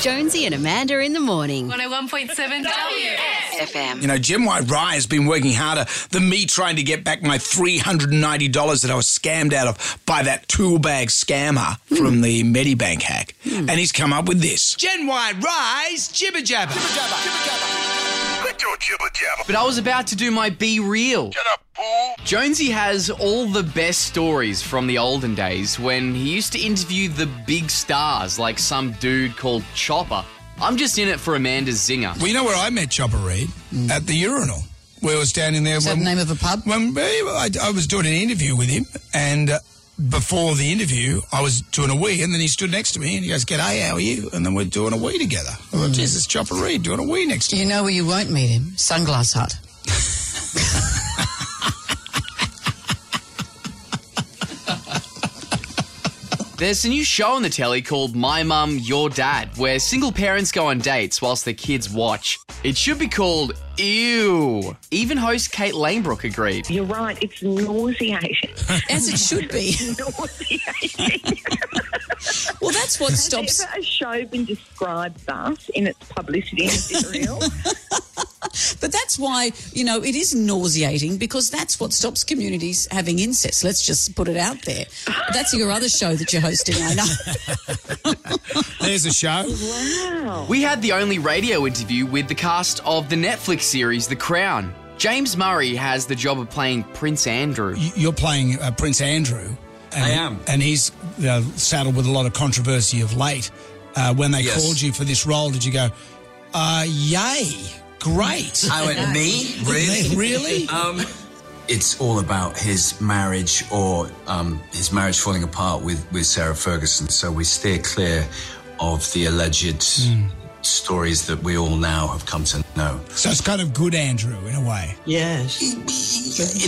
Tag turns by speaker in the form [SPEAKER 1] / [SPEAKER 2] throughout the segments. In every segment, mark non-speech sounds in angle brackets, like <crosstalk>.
[SPEAKER 1] Jonesy and Amanda in the morning.
[SPEAKER 2] 101.7
[SPEAKER 1] FM.
[SPEAKER 3] You know, Jim White Rye has been working harder than me trying to get back my $390 that I was scammed out of by that tool bag scammer from the Medibank hack. And he's come up with this. Jen White Rye's Jibber Jabber.
[SPEAKER 4] Quit your jibber jabber.
[SPEAKER 5] But I was about to do my Be Real.
[SPEAKER 4] Shut up, fool.
[SPEAKER 5] Jonesy has all the best stories from the olden days when he used to interview the big stars, like some dude called Chopper. I'm just in it for Amanda Zinger.
[SPEAKER 3] Well, you know where I met Chopper Reed? At the urinal. We were standing there. Is
[SPEAKER 6] Hmm. that the name of a pub?
[SPEAKER 3] When I, I was doing an interview with him, and uh, before the interview, I was doing a wee, and then he stood next to me, and he goes, "G'day, how are you?" And then we're doing a wee together. I thought, Jesus, Chopper Reed doing a wee next to
[SPEAKER 6] Do
[SPEAKER 3] me.
[SPEAKER 6] Hmm. you know where you won't meet him? Sunglass Hut.
[SPEAKER 5] There's a new show on the telly called My Mum, Your Dad, where single parents go on dates whilst their kids watch. It should be called Ew. Even host Kate Lanebrook agreed.
[SPEAKER 7] You're right, it's nauseating.
[SPEAKER 6] As it should be.
[SPEAKER 7] nauseating.
[SPEAKER 6] Well, that's what
[SPEAKER 7] Has
[SPEAKER 6] stops.
[SPEAKER 7] ever a show been described thus in its publicity and serial?
[SPEAKER 6] But that's why, you know, it is nauseating because that's what stops communities having incest. Let's just put it out there. That's your other show that you're hosting, I know.
[SPEAKER 3] There's a show.
[SPEAKER 5] We had the only radio interview with the cast of the Netflix series The Crown. James Murray has the job of playing Prince Andrew.
[SPEAKER 3] Y- You're playing uh, Prince Andrew. And, I
[SPEAKER 8] am.
[SPEAKER 3] And he's uh, saddled with a lot of controversy of late. Uh, when they
[SPEAKER 8] Yes.
[SPEAKER 3] called you for this role, did you go, uh, yay, great?
[SPEAKER 8] I went, Oh, me?
[SPEAKER 3] <laughs>
[SPEAKER 8] Really?
[SPEAKER 3] really? Uh,
[SPEAKER 8] Um, it's all about his marriage or um, his marriage falling apart with, with Sarah Ferguson. So we steer clear of the alleged stories that we all now have come to know.
[SPEAKER 3] So it's kind of good Andrew in a way.
[SPEAKER 9] Yes.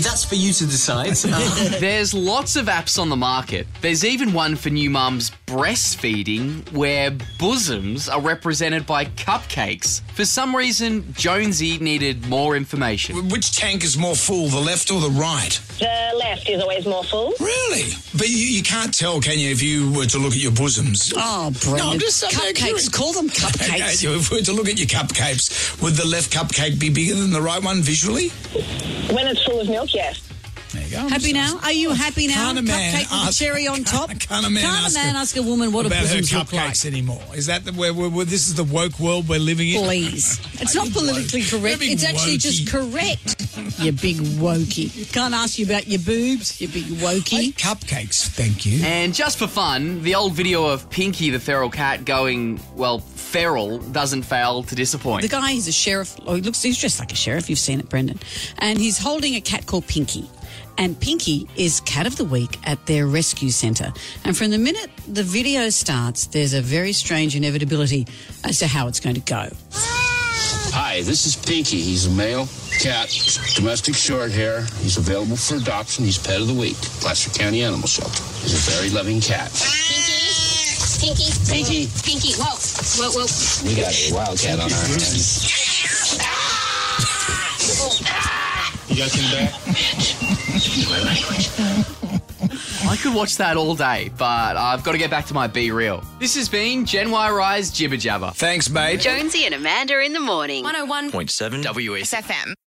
[SPEAKER 8] That's for you to decide. Um, <laughs>
[SPEAKER 5] There's lots of apps on the market. There's even one for new mums breastfeeding where bosoms are represented by cupcakes. For some reason, Jonesy needed more information.
[SPEAKER 3] Which tank is more full, the left or the right?
[SPEAKER 7] <laughs> the left is always more full.
[SPEAKER 3] Really? But you, you can't tell, can you, if you were to look at your bosoms?
[SPEAKER 6] <laughs> Oh, Brendan.
[SPEAKER 3] No, I'm just- I'm
[SPEAKER 6] cupcakes.
[SPEAKER 3] accurate.
[SPEAKER 6] Call them
[SPEAKER 3] Okay,
[SPEAKER 6] cupcakes.
[SPEAKER 3] <laughs> If we were to look at your cupcakes, would the left cupcake be bigger than the right one visually?
[SPEAKER 7] When it's full of milk, yes.
[SPEAKER 3] There you go.
[SPEAKER 6] Happy now? Are you happy now?
[SPEAKER 3] Can't a man
[SPEAKER 6] Cupcake with a
[SPEAKER 3] ask-
[SPEAKER 6] cherry <laughs> on top.
[SPEAKER 3] Can't a man
[SPEAKER 6] Can't
[SPEAKER 3] ask
[SPEAKER 6] a man
[SPEAKER 3] a-
[SPEAKER 6] ask a woman what a
[SPEAKER 3] about her
[SPEAKER 6] bosoms look
[SPEAKER 3] cupcakes
[SPEAKER 6] like?
[SPEAKER 3] anymore. Is that the, where, where, where this is the woke world we're living in?
[SPEAKER 6] Please. It's not
[SPEAKER 3] big
[SPEAKER 6] politically
[SPEAKER 3] woke.
[SPEAKER 6] correct.
[SPEAKER 3] You're a big
[SPEAKER 6] It's actually just
[SPEAKER 3] wokey.
[SPEAKER 6] correct. you big wokey. Can't ask you about your boobs, you big
[SPEAKER 3] I
[SPEAKER 6] wokey.
[SPEAKER 3] like cupcakes, thank you.
[SPEAKER 5] And just for fun, the old video of Pinky the feral cat going, well, feral doesn't fail to
[SPEAKER 6] The
[SPEAKER 5] disappoint.
[SPEAKER 6] guy, he's a sheriff. Oh, he looks, he's dressed like a sheriff. You've seen it, Brendan. And he's holding a cat called Pinky. And Pinky is cat of the week at their rescue centre. And from the minute the video starts, there's a very strange inevitability as to how it's going to go.
[SPEAKER 10] Hi, this is Pinky. He's a male cat, domestic short hair. He's available for adoption. He's pet of the week, Placer County Animal Shelter. He's a very loving cat.
[SPEAKER 11] Pinky. Pinky. Pinky. Whoa. Whoa, whoa.
[SPEAKER 10] We got a wild cat on our hands. You guys in back?
[SPEAKER 5] I could watch that all day, but I've got to get back to my Be Real. This has been Gen Y Rise Jibber Jabber.
[SPEAKER 3] Thanks, mate.
[SPEAKER 1] Jonesy and Amanda in the morning.
[SPEAKER 2] 101.7
[SPEAKER 9] Point seven.
[SPEAKER 2] FM.